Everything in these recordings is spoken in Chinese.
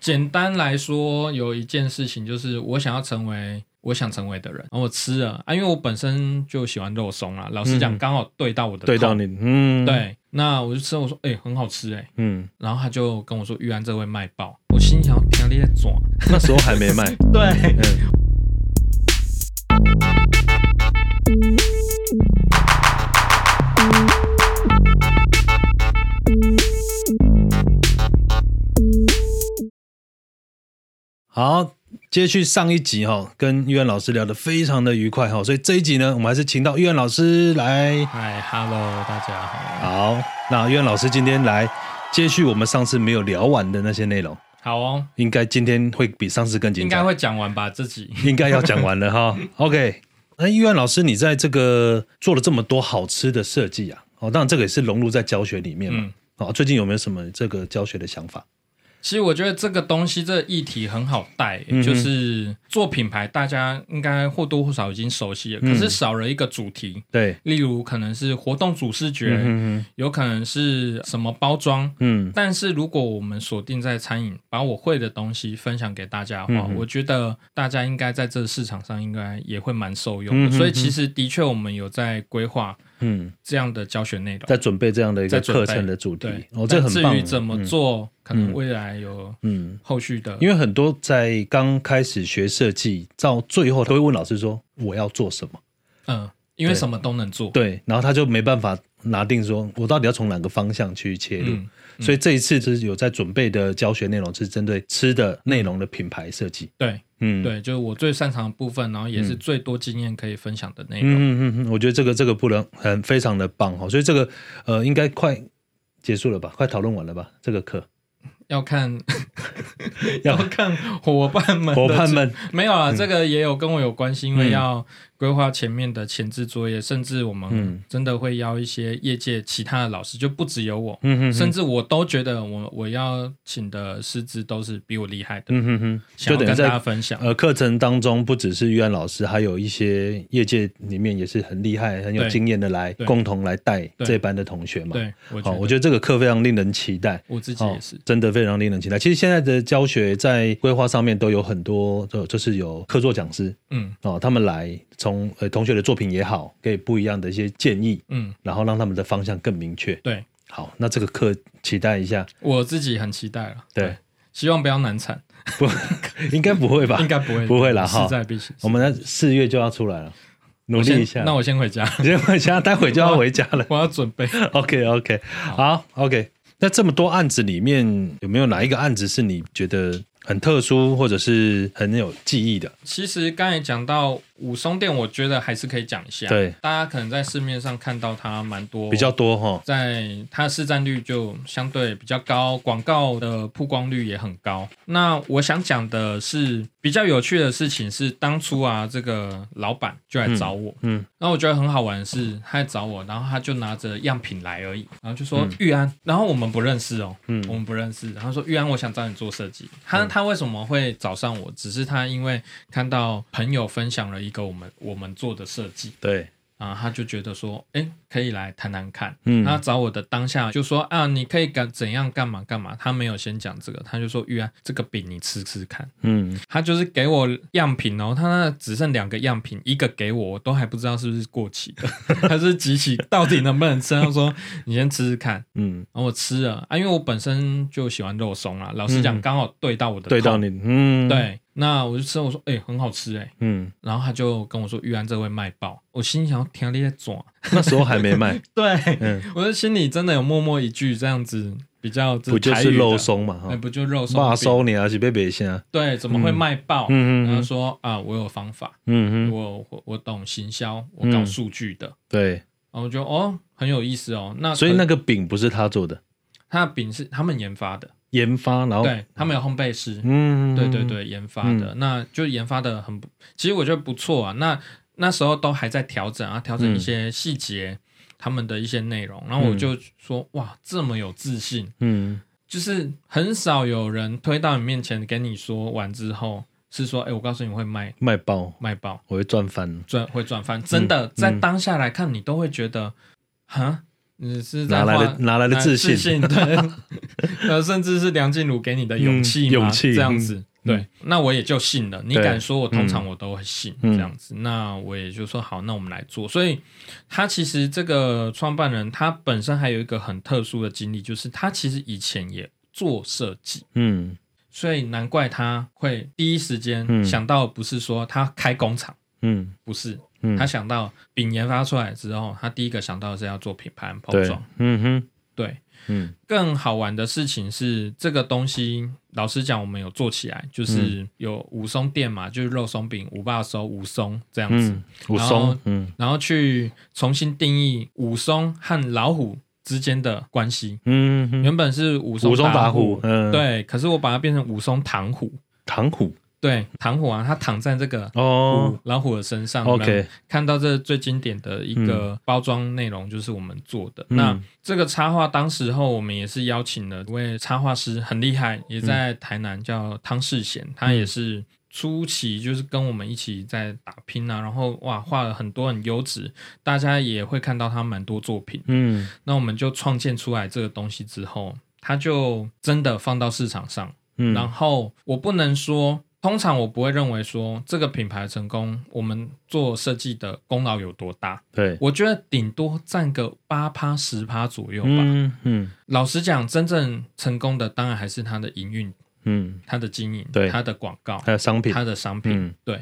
简单来说，有一件事情就是我想要成为我想成为的人，然后我吃了啊，因为我本身就喜欢肉松啊。老实讲，嗯刚好对到我的对到痛你，嗯，，对，那我就吃了，我说哎、很好吃哎、嗯，然后他就跟我说玉安这会卖爆，我心想天啊你在转，那时候还没卖， 对，嗯，好，接续上一集哈、跟玉安老师聊得非常的愉快哈、所以这一集呢，我们还是请到玉安老师来。嗨，hello，大家好，好，那玉安老师今天来接续我们上次没有聊完的那些内容，好哦，应该今天会比上次更精应彩该。会讲完吧自己。应该要讲完了 哈。OK，那玉安老师，你在这个做了这么多好吃的设计啊，哦，当然这个也是融入在教学里面嘛。嗯哦，最近有没有什么这个教学的想法？其实我觉得这个东西，这个议题很好带、欸嗯哼就是做品牌，大家应该或多或少已经熟悉了，嗯可是少了一个主题，对，例如可能是活动主视觉，嗯有可能是什么包装。嗯但是如果我们锁定在餐饮，把我会的东西分享给大家的嗯话，哼我觉得大家应该在这个市场上应该也会蛮受用嗯的。哼哼所以其实的确我们有在规划嗯，这样的教学内容。在准备这样的一个在准备课程的主题对，，哦，这但很棒。至于怎么嗯？做，可能未来有嗯。后续的因为很多在刚开始学设计到最后，他会问老师说我要做什么，嗯，因为对什么都能做。对，然后他就没办法拿定说我到底要从哪个方向去切入。嗯，所以这一次就是有在准备的教学内容是针对吃的内容的品牌设计。对嗯，，对，就是我最擅长的部分，然后也是最多经验可以分享的内容。嗯嗯嗯，我觉得这个这个不能很非常的棒哈、哦，所以这个呃应该快结束了吧，快讨论完了吧，这 个课要看 要要看伙伴们的伙伴们嗯没有啊，这个也有跟我有关系，因为要规划前面的前置作业，甚至我嗯们真的会邀一些业界其他的老师，就不只有我，嗯哼哼甚至我都觉得我我要请的师资都是比我厉害的，嗯哼哼，想就要等于跟大家在分享。呃课程当中，不只是玉安老师，还有一些业界里面也是很厉害、很有对经验的来对共同来带对这班的同学嘛。对，我好，觉我得觉得这个课非常令人期待。我自己哦也是，，真的非常令人期待。其实现在的教学在规划上面都有很多，就就是有客座讲师嗯哦，他们来从呃同学的作品也好，给不一样的一些建议，嗯，然后让他们的方向更明确。对好，那这个课期待一下，我自己很期待了。对，希望不要难产， 应该不会吧应？该不会，不会啦哈势在必行。我们在四月就要出来了，努我力先一下。 那我先回家， 我先回家，待会就要回家了。 我要准备。 OK OK，好 OK。那这么多案子里面，有没有哪一个案子是你觉得很特殊，或者是很有记忆的？其实刚才讲到武松店，我觉得还是可以讲一下。，对，大家可能在市面上看到它蛮多，比较多哈。在它市占率就相对比较高，广告的曝光率也很高。那我想讲的是比较有趣的事情是，当初啊，这个老板就来找我，嗯嗯然后我觉得很好玩的是，他来找我，然后他就拿着样品来而已，然后就说、玉安，然后我们不认识哦，嗯我们不认识，然后说玉安，我想找你做设计。他、他为什么会找上我？只是他因为看到朋友分享了一个我们我们做的设计，对，啊，他就觉得说，哎，可以来谈谈看。嗯他找我的当下就说啊，你可以干怎样干嘛干嘛。他没有先讲这个，他就说玉安这个饼你吃吃看。嗯他就是给我样品哦，他那只剩两个样品，一个给我，我都还不知道是不是过期的， 还是集齐到底能不能吃。他说你先吃吃看。嗯，然后我吃了啊，因为我本身就喜欢肉松啊，老实讲，嗯刚好对到我的对到痛你，嗯，，对，那我就吃，我说哎、很好吃哎、嗯，然后他就跟我说玉安这会卖爆，我心想天啊你在转。那时候还没卖，对，嗯，我的心里真的有默默一句这样子，比较不就台语是的肉？松嘛哎，哈，不就肉松骂饼？收你啊，是被别下，对，怎么会卖爆？嗯嗯嗯然后说啊，我有方法，嗯嗯，我我我懂行销，我搞嗯数据的。对，然后我就哦，很有意思哦。那所以可那个饼不是他做的，他的饼是他们研发的，研发，然后，对他们有烘焙师，哦嗯，对对，对，研发的，那就研发的很不，其实我觉得不错啊。那那时候都还在调整啊，调整一嗯些细节，他们的一些内容。然后我就说，哇，这么有自信，嗯就是很少有人推到你面前跟你说完之后是说，哎、我告诉你会卖卖爆，卖爆我会赚翻，嗯赚会赚翻，真的、在当下来看，你都会觉得，哈，你是在哪来画的哪来的呃自信？ 对，呃，甚至是梁静茹给你的勇气嘛、嗯勇气这样子。对嗯，那我也就信了。你对敢说，我通常我都会信、嗯这样子。那我也就说好，那我们来做。所以他其实这个创办人，他本身还有一个很特殊的经历，就是他其实以前也做设计，嗯所以难怪他会第一时间嗯想到，不是说他开工厂，嗯不是，嗯，他想到饼研发出来之后，他第一个想到的是要做品牌和包对装。，嗯哼，对，嗯更好玩的事情是，这个东西老实讲，我们有做起来，嗯就是有武松店嘛，就是肉松饼、五霸收、武松这样子，嗯，武然后松，嗯然后去重新定义武松和老虎之间的关系。嗯哼，原本是武松武松打虎虎，，嗯，，对，可是我把它变成武松躺虎，唐虎，对，躺虎啊，它躺在这个。哦虎老虎的身上你们，OK，看到这最经典的一个包装内容，就是我们做的。嗯那这个插画当时候我们也是邀请了一位插画师，很厉害，也嗯在台南叫汤世贤，他也是初期就是跟我们一起在打拼啊，然后哇画了很多很优质，大家也会看到他蛮多作品。嗯那我们就创建出来这个东西之后，他就真的放到市场上，嗯，然后我不能说。通常我不会认为说这个品牌成功，我们做设计的功劳有多大，对，我觉得顶多占个八趴十趴左右吧。嗯嗯老实讲，真正成功的当然还是它的营运、嗯，它的经营、对它的广告、还有商品，它的商品。嗯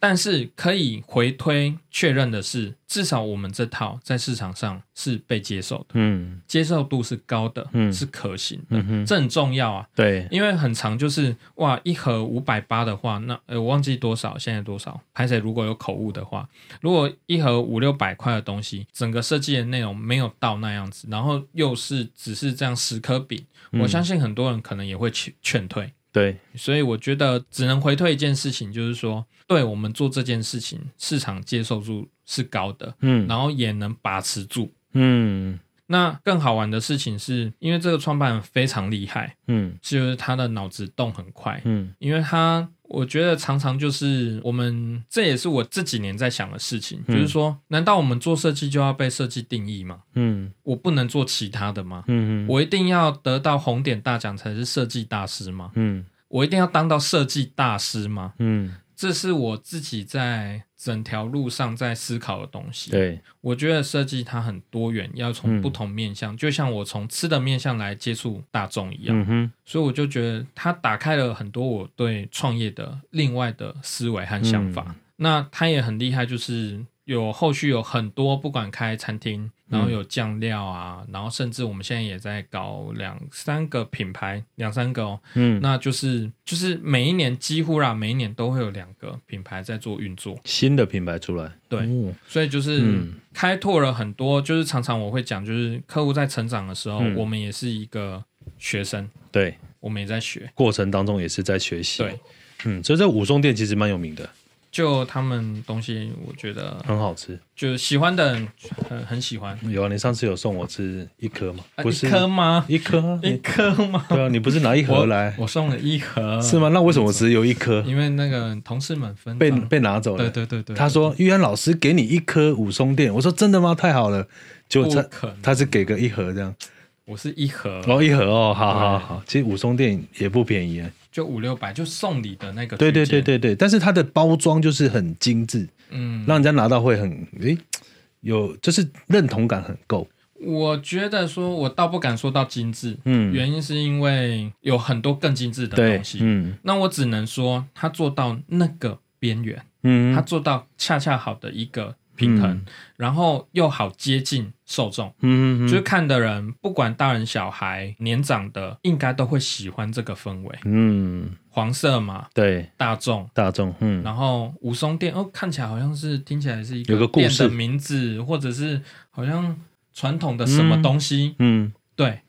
但是可以回推确认的是，至少我们这套在市场上是被接受的，嗯接受度是高的，嗯是可行的，嗯哼，这很重要啊。对，因为很长，就是哇，一盒五百八的话，那呃我忘记多少，现在多少？拍谁如果有口误的话，如果一盒五六百块的东西，整个设计的内容没有到那样子，然后又是只是这样十颗饼，我嗯相信很多人可能也会劝劝退。对，所以我觉得只能回退一件事情，就是说，对我们做这件事情，市场接受度是高的，嗯然后也能把持住。嗯那更好玩的事情是，因为这个创办人非常厉害，嗯就是他的脑子动很快，嗯因为他我觉得常常就是我们，这也是我这几年在想的事情，嗯就是说，难道我们做设计就要被设计定义吗？嗯我不能做其他的吗？嗯我一定要得到红点大奖才是设计大师吗？嗯我一定要当到设计大师吗？嗯，这是我自己在整条路上在思考的东西。对，我觉得设计它很多元，要从嗯不同面向，就像我从吃的面向来接触大众一样。嗯哼，所以我就觉得他打开了很多我对创业的另外的思维和想法。嗯那他也很厉害，就是有后续有很多，不管开餐厅，然嗯后有酱料啊，然后甚至我们现在也在搞两三个品牌，两三个哦，嗯，那就是就是每一年几乎啦，每一年都会有两个品牌在做运作，新的品牌出来，对哦所以就是嗯开拓了很多，就是常常我会讲，就是客户在成长的时候，嗯我们也是一个学生，对，我们也在学，过程当中也是在学习，对。，嗯，所以这武松店其实蛮有名的，就他们东西，我觉得很好吃。就喜欢的人很很喜欢。有啊，你上次有送我吃一颗吗？啊不是一颗吗？一颗啊，一你颗吗？对啊，你不是拿一盒我来我送了一盒，是？吗？那为什么只有一颗因为那个同事们分被赃被拿走对了？对对对，他说玉安老师给你一颗武松店，我说真的吗？太好了，结不果他可能，他是给个一盒这样，我是一盒，哦一盒哦，好对好好，其实武松店也不便宜啊，就五六百，就送礼的那个。对对对，对对，但是它的包装就是很精致，嗯，让人家拿到会很诶有就是认同感很够，我觉得说我倒不敢说到精致，嗯，原因是因为有很多更精致的对东，西。嗯那我只能说，他做到那个边缘，嗯，他做到恰恰好的一个平衡。然后又好接近受众，嗯，嗯嗯就是看的人不管大人小孩、年长的，应该都会喜欢这个氛围。嗯，黄色嘛，对，大众，大众，嗯然后武松店哦，看起来好像是听起来是一有个故店的事名字，或者是好像传统的什么东西，嗯，对，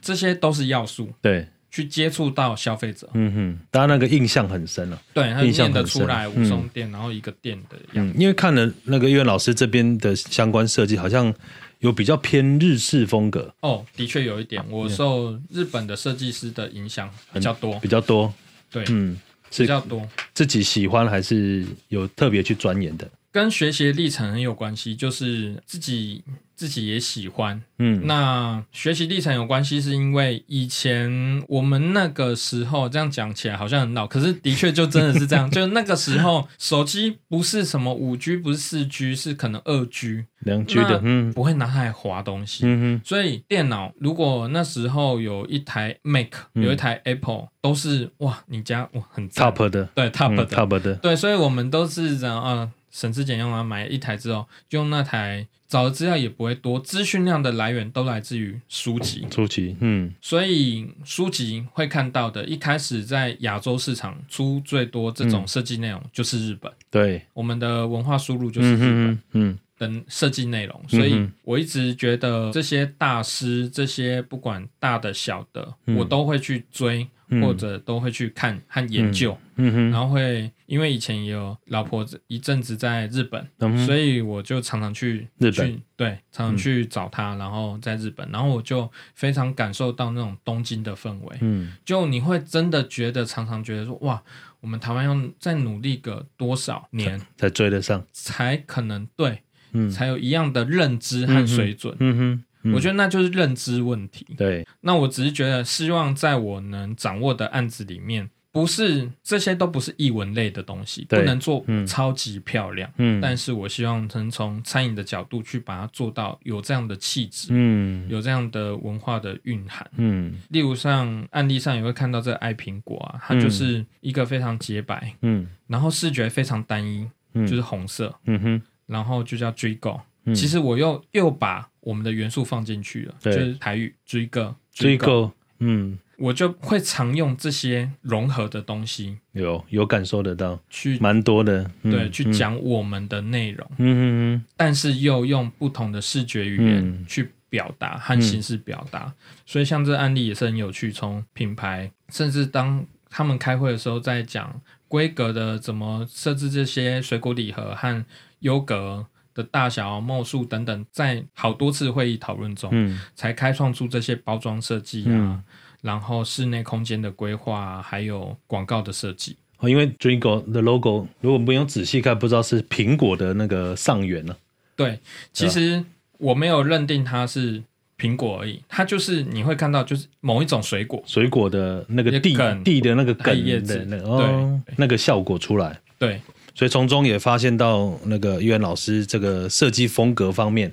这些都是要素。对，去接触到消费者，嗯哼，大家那个印象很深了、啊，对，他印象念得很出深嗯来武松店，然后一个店的样子，嗯，因为看了那个岳老师这边的相关设计，好像有比较偏日式风格哦，的确有一啊点，我受日本的设计师的影响比较多，比较多，对，嗯，比是较多。自己喜欢还是有特别去钻研的，跟学习的历程很有关系，就是自己自己也喜欢。嗯，那学习历程有关系，是因为以前我们那个时候这样讲起来好像很老，可是的确就真的是这 样，就那个时候手机不是什么五 G，不是四 G，是可能二 G，良居那，的嗯不会拿它来划东西。嗯哼，所以电脑如果那时候有一台 Mac，、嗯有一台 Apple，都是哇，你家哇很赞 top 的对 top 嗯的、 top 的，对，所以我们都是这样啊，省吃俭用啊，买一台之后就用那台，找的资料也不会多，资讯量的来源都来自于书籍，初期，嗯所以书籍会看到的，一开始在亚洲市场出最多这嗯种设计内容就是日本，对，我们的文化输入就是日嗯本哼嗯的设计内容，所以嗯我一直觉得这些大师，这些不管大的小的，嗯我都会去追，嗯或者都会去看和研究。嗯然后会因为以前也有老婆一阵子在日本，嗯哼，所以以我就常常去日本嗯去对，常常去找她，然后在日本，然后我就非常感受到那种东京的氛围，嗯就你会真的觉得常常觉得说哇，我们台湾要再努力个多少年才追得上，才可能对，嗯才有一样的认知和水准。嗯哼，我觉得得那就是认知问题。对，那我只是觉得，希望在我能掌握的案子里面，不是这些都不是译文类的东西，不对能做嗯超级漂亮。嗯，但是我希望能从餐饮的角度去把它做到有这样的气质，嗯有这样的文化的蕴含。嗯例如像案例上也会看到这个爱苹果啊，它就是一个非常洁白，嗯然后视觉非常单一，嗯，就是红色，嗯哼，然后就叫追购。嗯其实我又又把我们的元素放进去了，就对是台语追购追够，嗯，我就会常用这些融合的东西有有感受得到，去蛮多的，嗯对去，讲我们的内容，嗯嗯但是又用不同的视觉语言嗯去表达和形式表达。所以像这案例也是很有趣，从品牌，甚至当他们开会的时候在讲规格的怎么设置这些水果礼盒和优格。的大小、貌数等等，在好多次会议讨论中，嗯才开创出这些包装设计啊，嗯然后室内空间的规划啊、还有广告的设计。啊哦，因为 Dringo 的 logo 如果没有仔细看，不知道是苹果的那个上缘啊了、对，啊其实我没有认定它是苹果而已，它就是你会看到就是某一种水果。水果的那个地那个梗地的那个还梗有叶子的那个哦对那个效果出来，对，所以从中也发现到那个玉元老师这个设计风格方面，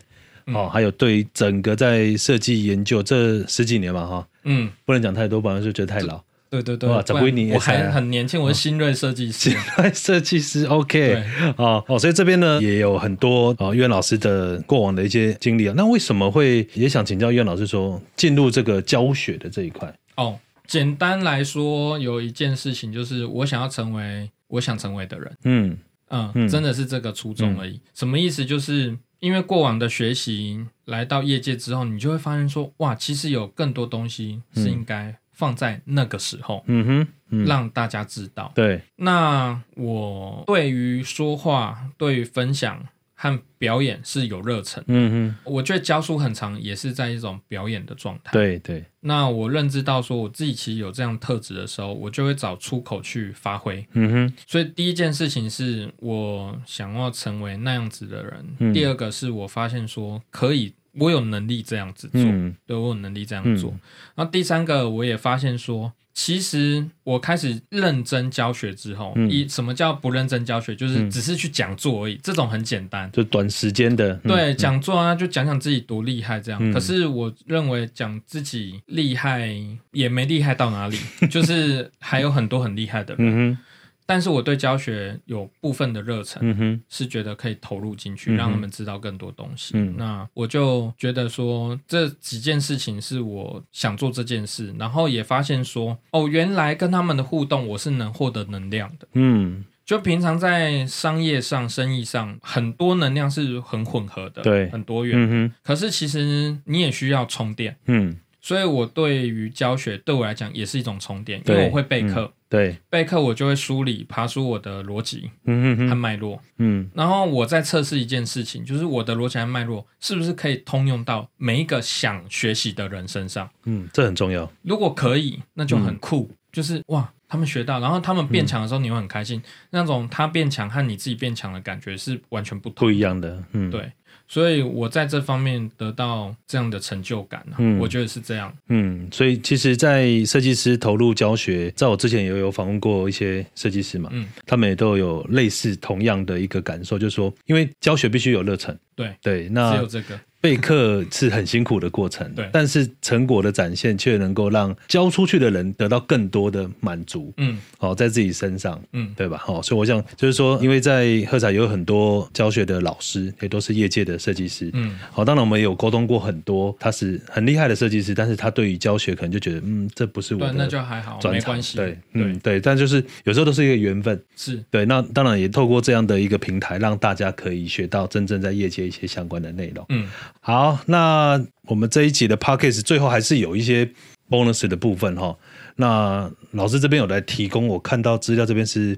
哦，还有对于整个在设计研究这十几年嘛哈、嗯，不能讲太多，不然就觉得太老。对对对，哇不十然几年也我才还啊很年轻，我是新锐设计师。 设计师 OK 对哦哦，所以这边呢也有很多哦，渊老师的过往的一些经历啊。那为什么会也想请教渊老师说进入这个教学的这一块？哦，简单来说，有一件事情就是我想要成为我想成为的人。嗯嗯，嗯真的是这个初衷而已。什么意思？就是因为过往的学习，来到业界之后，你就会发现说，哇，其实有更多东西是应该放在那个时候，嗯哼，嗯让大家知道。对，那我对于说话、对于分享和表演是有热忱。嗯我觉得教书很长，也是在一种表演的状哼，态。对对，那我认知到说我自己其实有这样特质的时候，我就会找出口去发挥。嗯哼，所以第一件事情是我想要成为那样子的人，嗯第二个是我发现说可以，我有能力这样子做，嗯对我有能力这样做。然后第三个我也发现说，其实我开始认真教学之后，嗯一什么叫不认真教学，就是嗯只是去讲座而已，这种很简单。就短时间的，嗯对，，讲座啊，就讲讲自己多厉害这样。嗯可是我认为讲自己厉害也没厉害到哪里，就是还有很多很厉害的人。嗯哼， 但是我对教学有部分的热忱，嗯哼，是觉得可以投入进去，嗯哼让他们知道更多东西。嗯那我就觉得说这几件事情是我想做这件事，然后也发现说哦，原来跟他们的互动我是能获得能量的。嗯，就平常在商业上、生意上，很多能量是很混合的，对很多元。嗯哼，可是其实你也需要充电，嗯，所以我对于教学对我来讲也是一种充电，因对嗯为我会备课，对，备课我就会梳理、爬出我的逻辑嗯哼和哼，脉络，嗯，然后我再测试一件事情，就是我的逻辑和脉络是不是可以通用到每一个想学习的人身上。嗯，这很重要，嗯如果可以，那就很酷。就是哇，他们学到，然后他们变强的时候，你会很开心。那种他变强和你自己变强的感觉是完全不同。不一样的，嗯，对所以我在这方面得到这样的成就感、啊嗯我觉得是这样。嗯，所以其实，在设计师投入教学，在我之前也有访问过一些设计师嘛，嗯，他们也都有类似同样的一个感受，就是说，因为教学必须有热忱，对，对，只有那这个，备课是很辛苦的过程， 对但是成果的展现却能够让教出去的人得到更多的满足，嗯哦，在自己身上，嗯，对吧？好、所以我想就是说，因为在喝彩有很多教学的老师，也都是业界的设计师，嗯，好、当然我们也有沟通过很多，他是很厉害的设计师，但是他对于教学可能就觉得，嗯，这不是我对，那就的还好，专没长，关系。对，嗯，对，但就是有时候都是一个缘分。是，对，那当然也透过这样的一个平台，让大家可以学到真正在业界一些相关的内容。嗯，好，那我们这一集的 p o c k e t 最后还是有一些 bonus 的部分哈。那老师这边有来提供，我看到资料这边是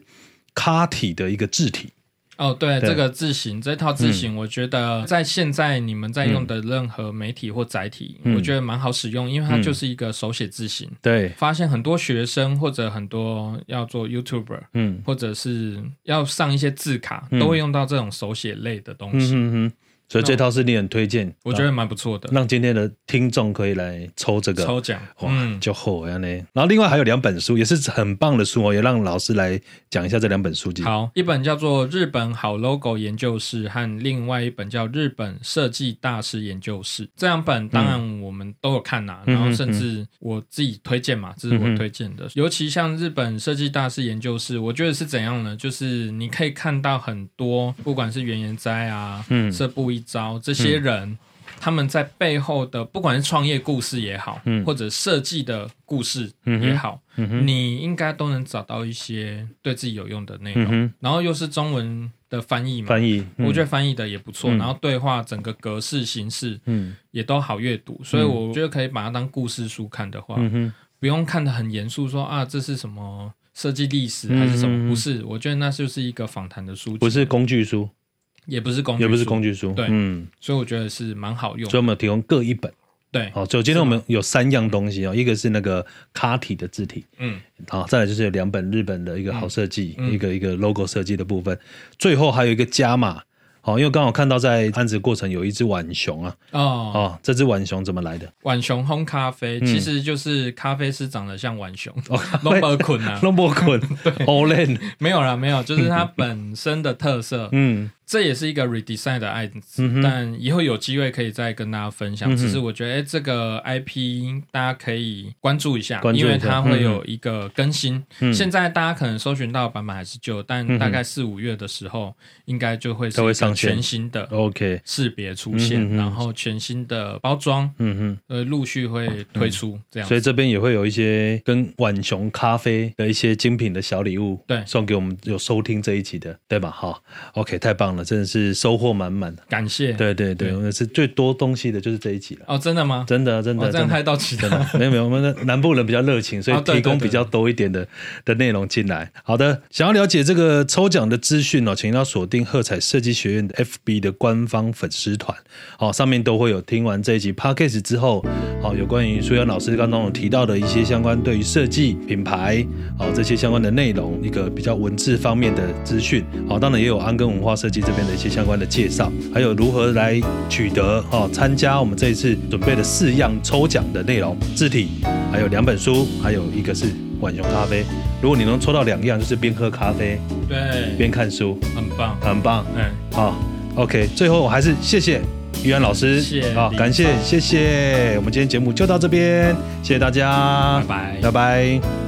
卡体的一个字体，哦，对，对嗯这个字型，这套字型，我觉得在现在你们在用的任何媒体或载体，嗯我觉得蛮好使用，因为它嗯就是一个手写字型。对，发现很多学生或者很多要做 YouTuber，嗯或者是要上一些字卡，嗯都会用到这种手写类的东嗯西，哼哼，所以这套是你很推荐，我觉得蛮不错的。让今天的听众可以来抽这个。抽奖，哇，嗯，就好呀呢。然后另外还有两本书，也是很棒的书哦，也让老师来讲一下这两本书籍。好，一本叫做《日本好 logo 研究室》和另外一本叫《日本设计大师研究室》。这两本当然我们都有看呐、嗯然后甚至我自己推荐嘛，这是我推荐的。尤其像日本设计大师研究室，我觉得是怎样呢？就是你可以看到很多，不管是原研哉啊、嗯社部一招这些人。他们在背后的，不管是创业故事也好，嗯或者设计的故事嗯哼也好，嗯哼你应该都能找到一些对自己有用的内容。嗯哼，然后又是中文的翻译嘛，翻译，嗯我觉得得，翻译的也不错，嗯然后对话整个格式形式嗯也都好阅读，所以我觉得可以把它当故事书看的话，嗯哼，不用看得很严肃说啊这是什么设计历史嗯还是什嗯嗯么，不是，我觉得那就是一个访谈的书籍，不是工具书，也不是工具，也不是工，具书，对嗯，所以我觉得是蛮好用所的，以我们有提供各一本。对，好，就今天我们有三样东西哦，一个是那个卡体的字体，嗯，好，再来就是有两本日本的一个好设计，嗯嗯一个一个 logo 设计的部分，最后还有一个加码。好，因为刚好看到在案子过程有一只浣熊啊，哦，哦，这只浣熊怎么来的？浣熊烘咖啡嗯其实就是咖啡师长得像浣熊，哦 龙啡伯困啊，龙波 滚 o l e n 没有啦，没有，就是它本身的特色， 嗯这也是一个 redesign 的案子，嗯哼但以后有机会可以再跟大家分享。嗯哼只是我觉得，哎，这个 IP 大家可以关注一下，关注一因下为它会有一个更新。嗯，现在大家可能搜寻到的版本还是旧，哼但大概四五月的时候，应该就会是它会一个上线全新的 OK，识别出现，嗯哼哼然后全新的包装，嗯呃，陆续会推出、这哼，样子。所以这边也会有一些跟浣熊咖啡的一些精品的小礼物，对送给我们有收听这一集的，对吧？好，OK，太棒了，真的是收获满满。感谢。对对对，对我们是最多东西的就是这一集了，哦，真的吗？真的真哦的这样真的害到其他真。的， 没有没有，我们的南部人比较热情，所以哦对提供对对比较多一点的的内容进来。好的，想要了解这个抽奖的资讯哦，请要锁定喝彩设计学院的 FB 的官方粉丝团，哦，上面都会有听完这一集 Podcast 之后，哦，有关于苏阳老师刚刚有提到的一些相关对于设计品牌哦这些相关的内容，一个比较文字方面的资讯，哦，当然也有安根文化设计这边的一些相关的介绍，还有如何来取得哦参加我们这一次准备的四样抽奖的内容，字体，还有两本书，还有一个是浣熊咖啡。如果你能抽到两样，就是边喝咖啡对，边看书，很棒。很棒。嗯，好，OK，最后我还是谢谢于安老师，谢谢好，林感谢，谢谢，我们今天节目就到这边，谢谢大家，拜拜拜拜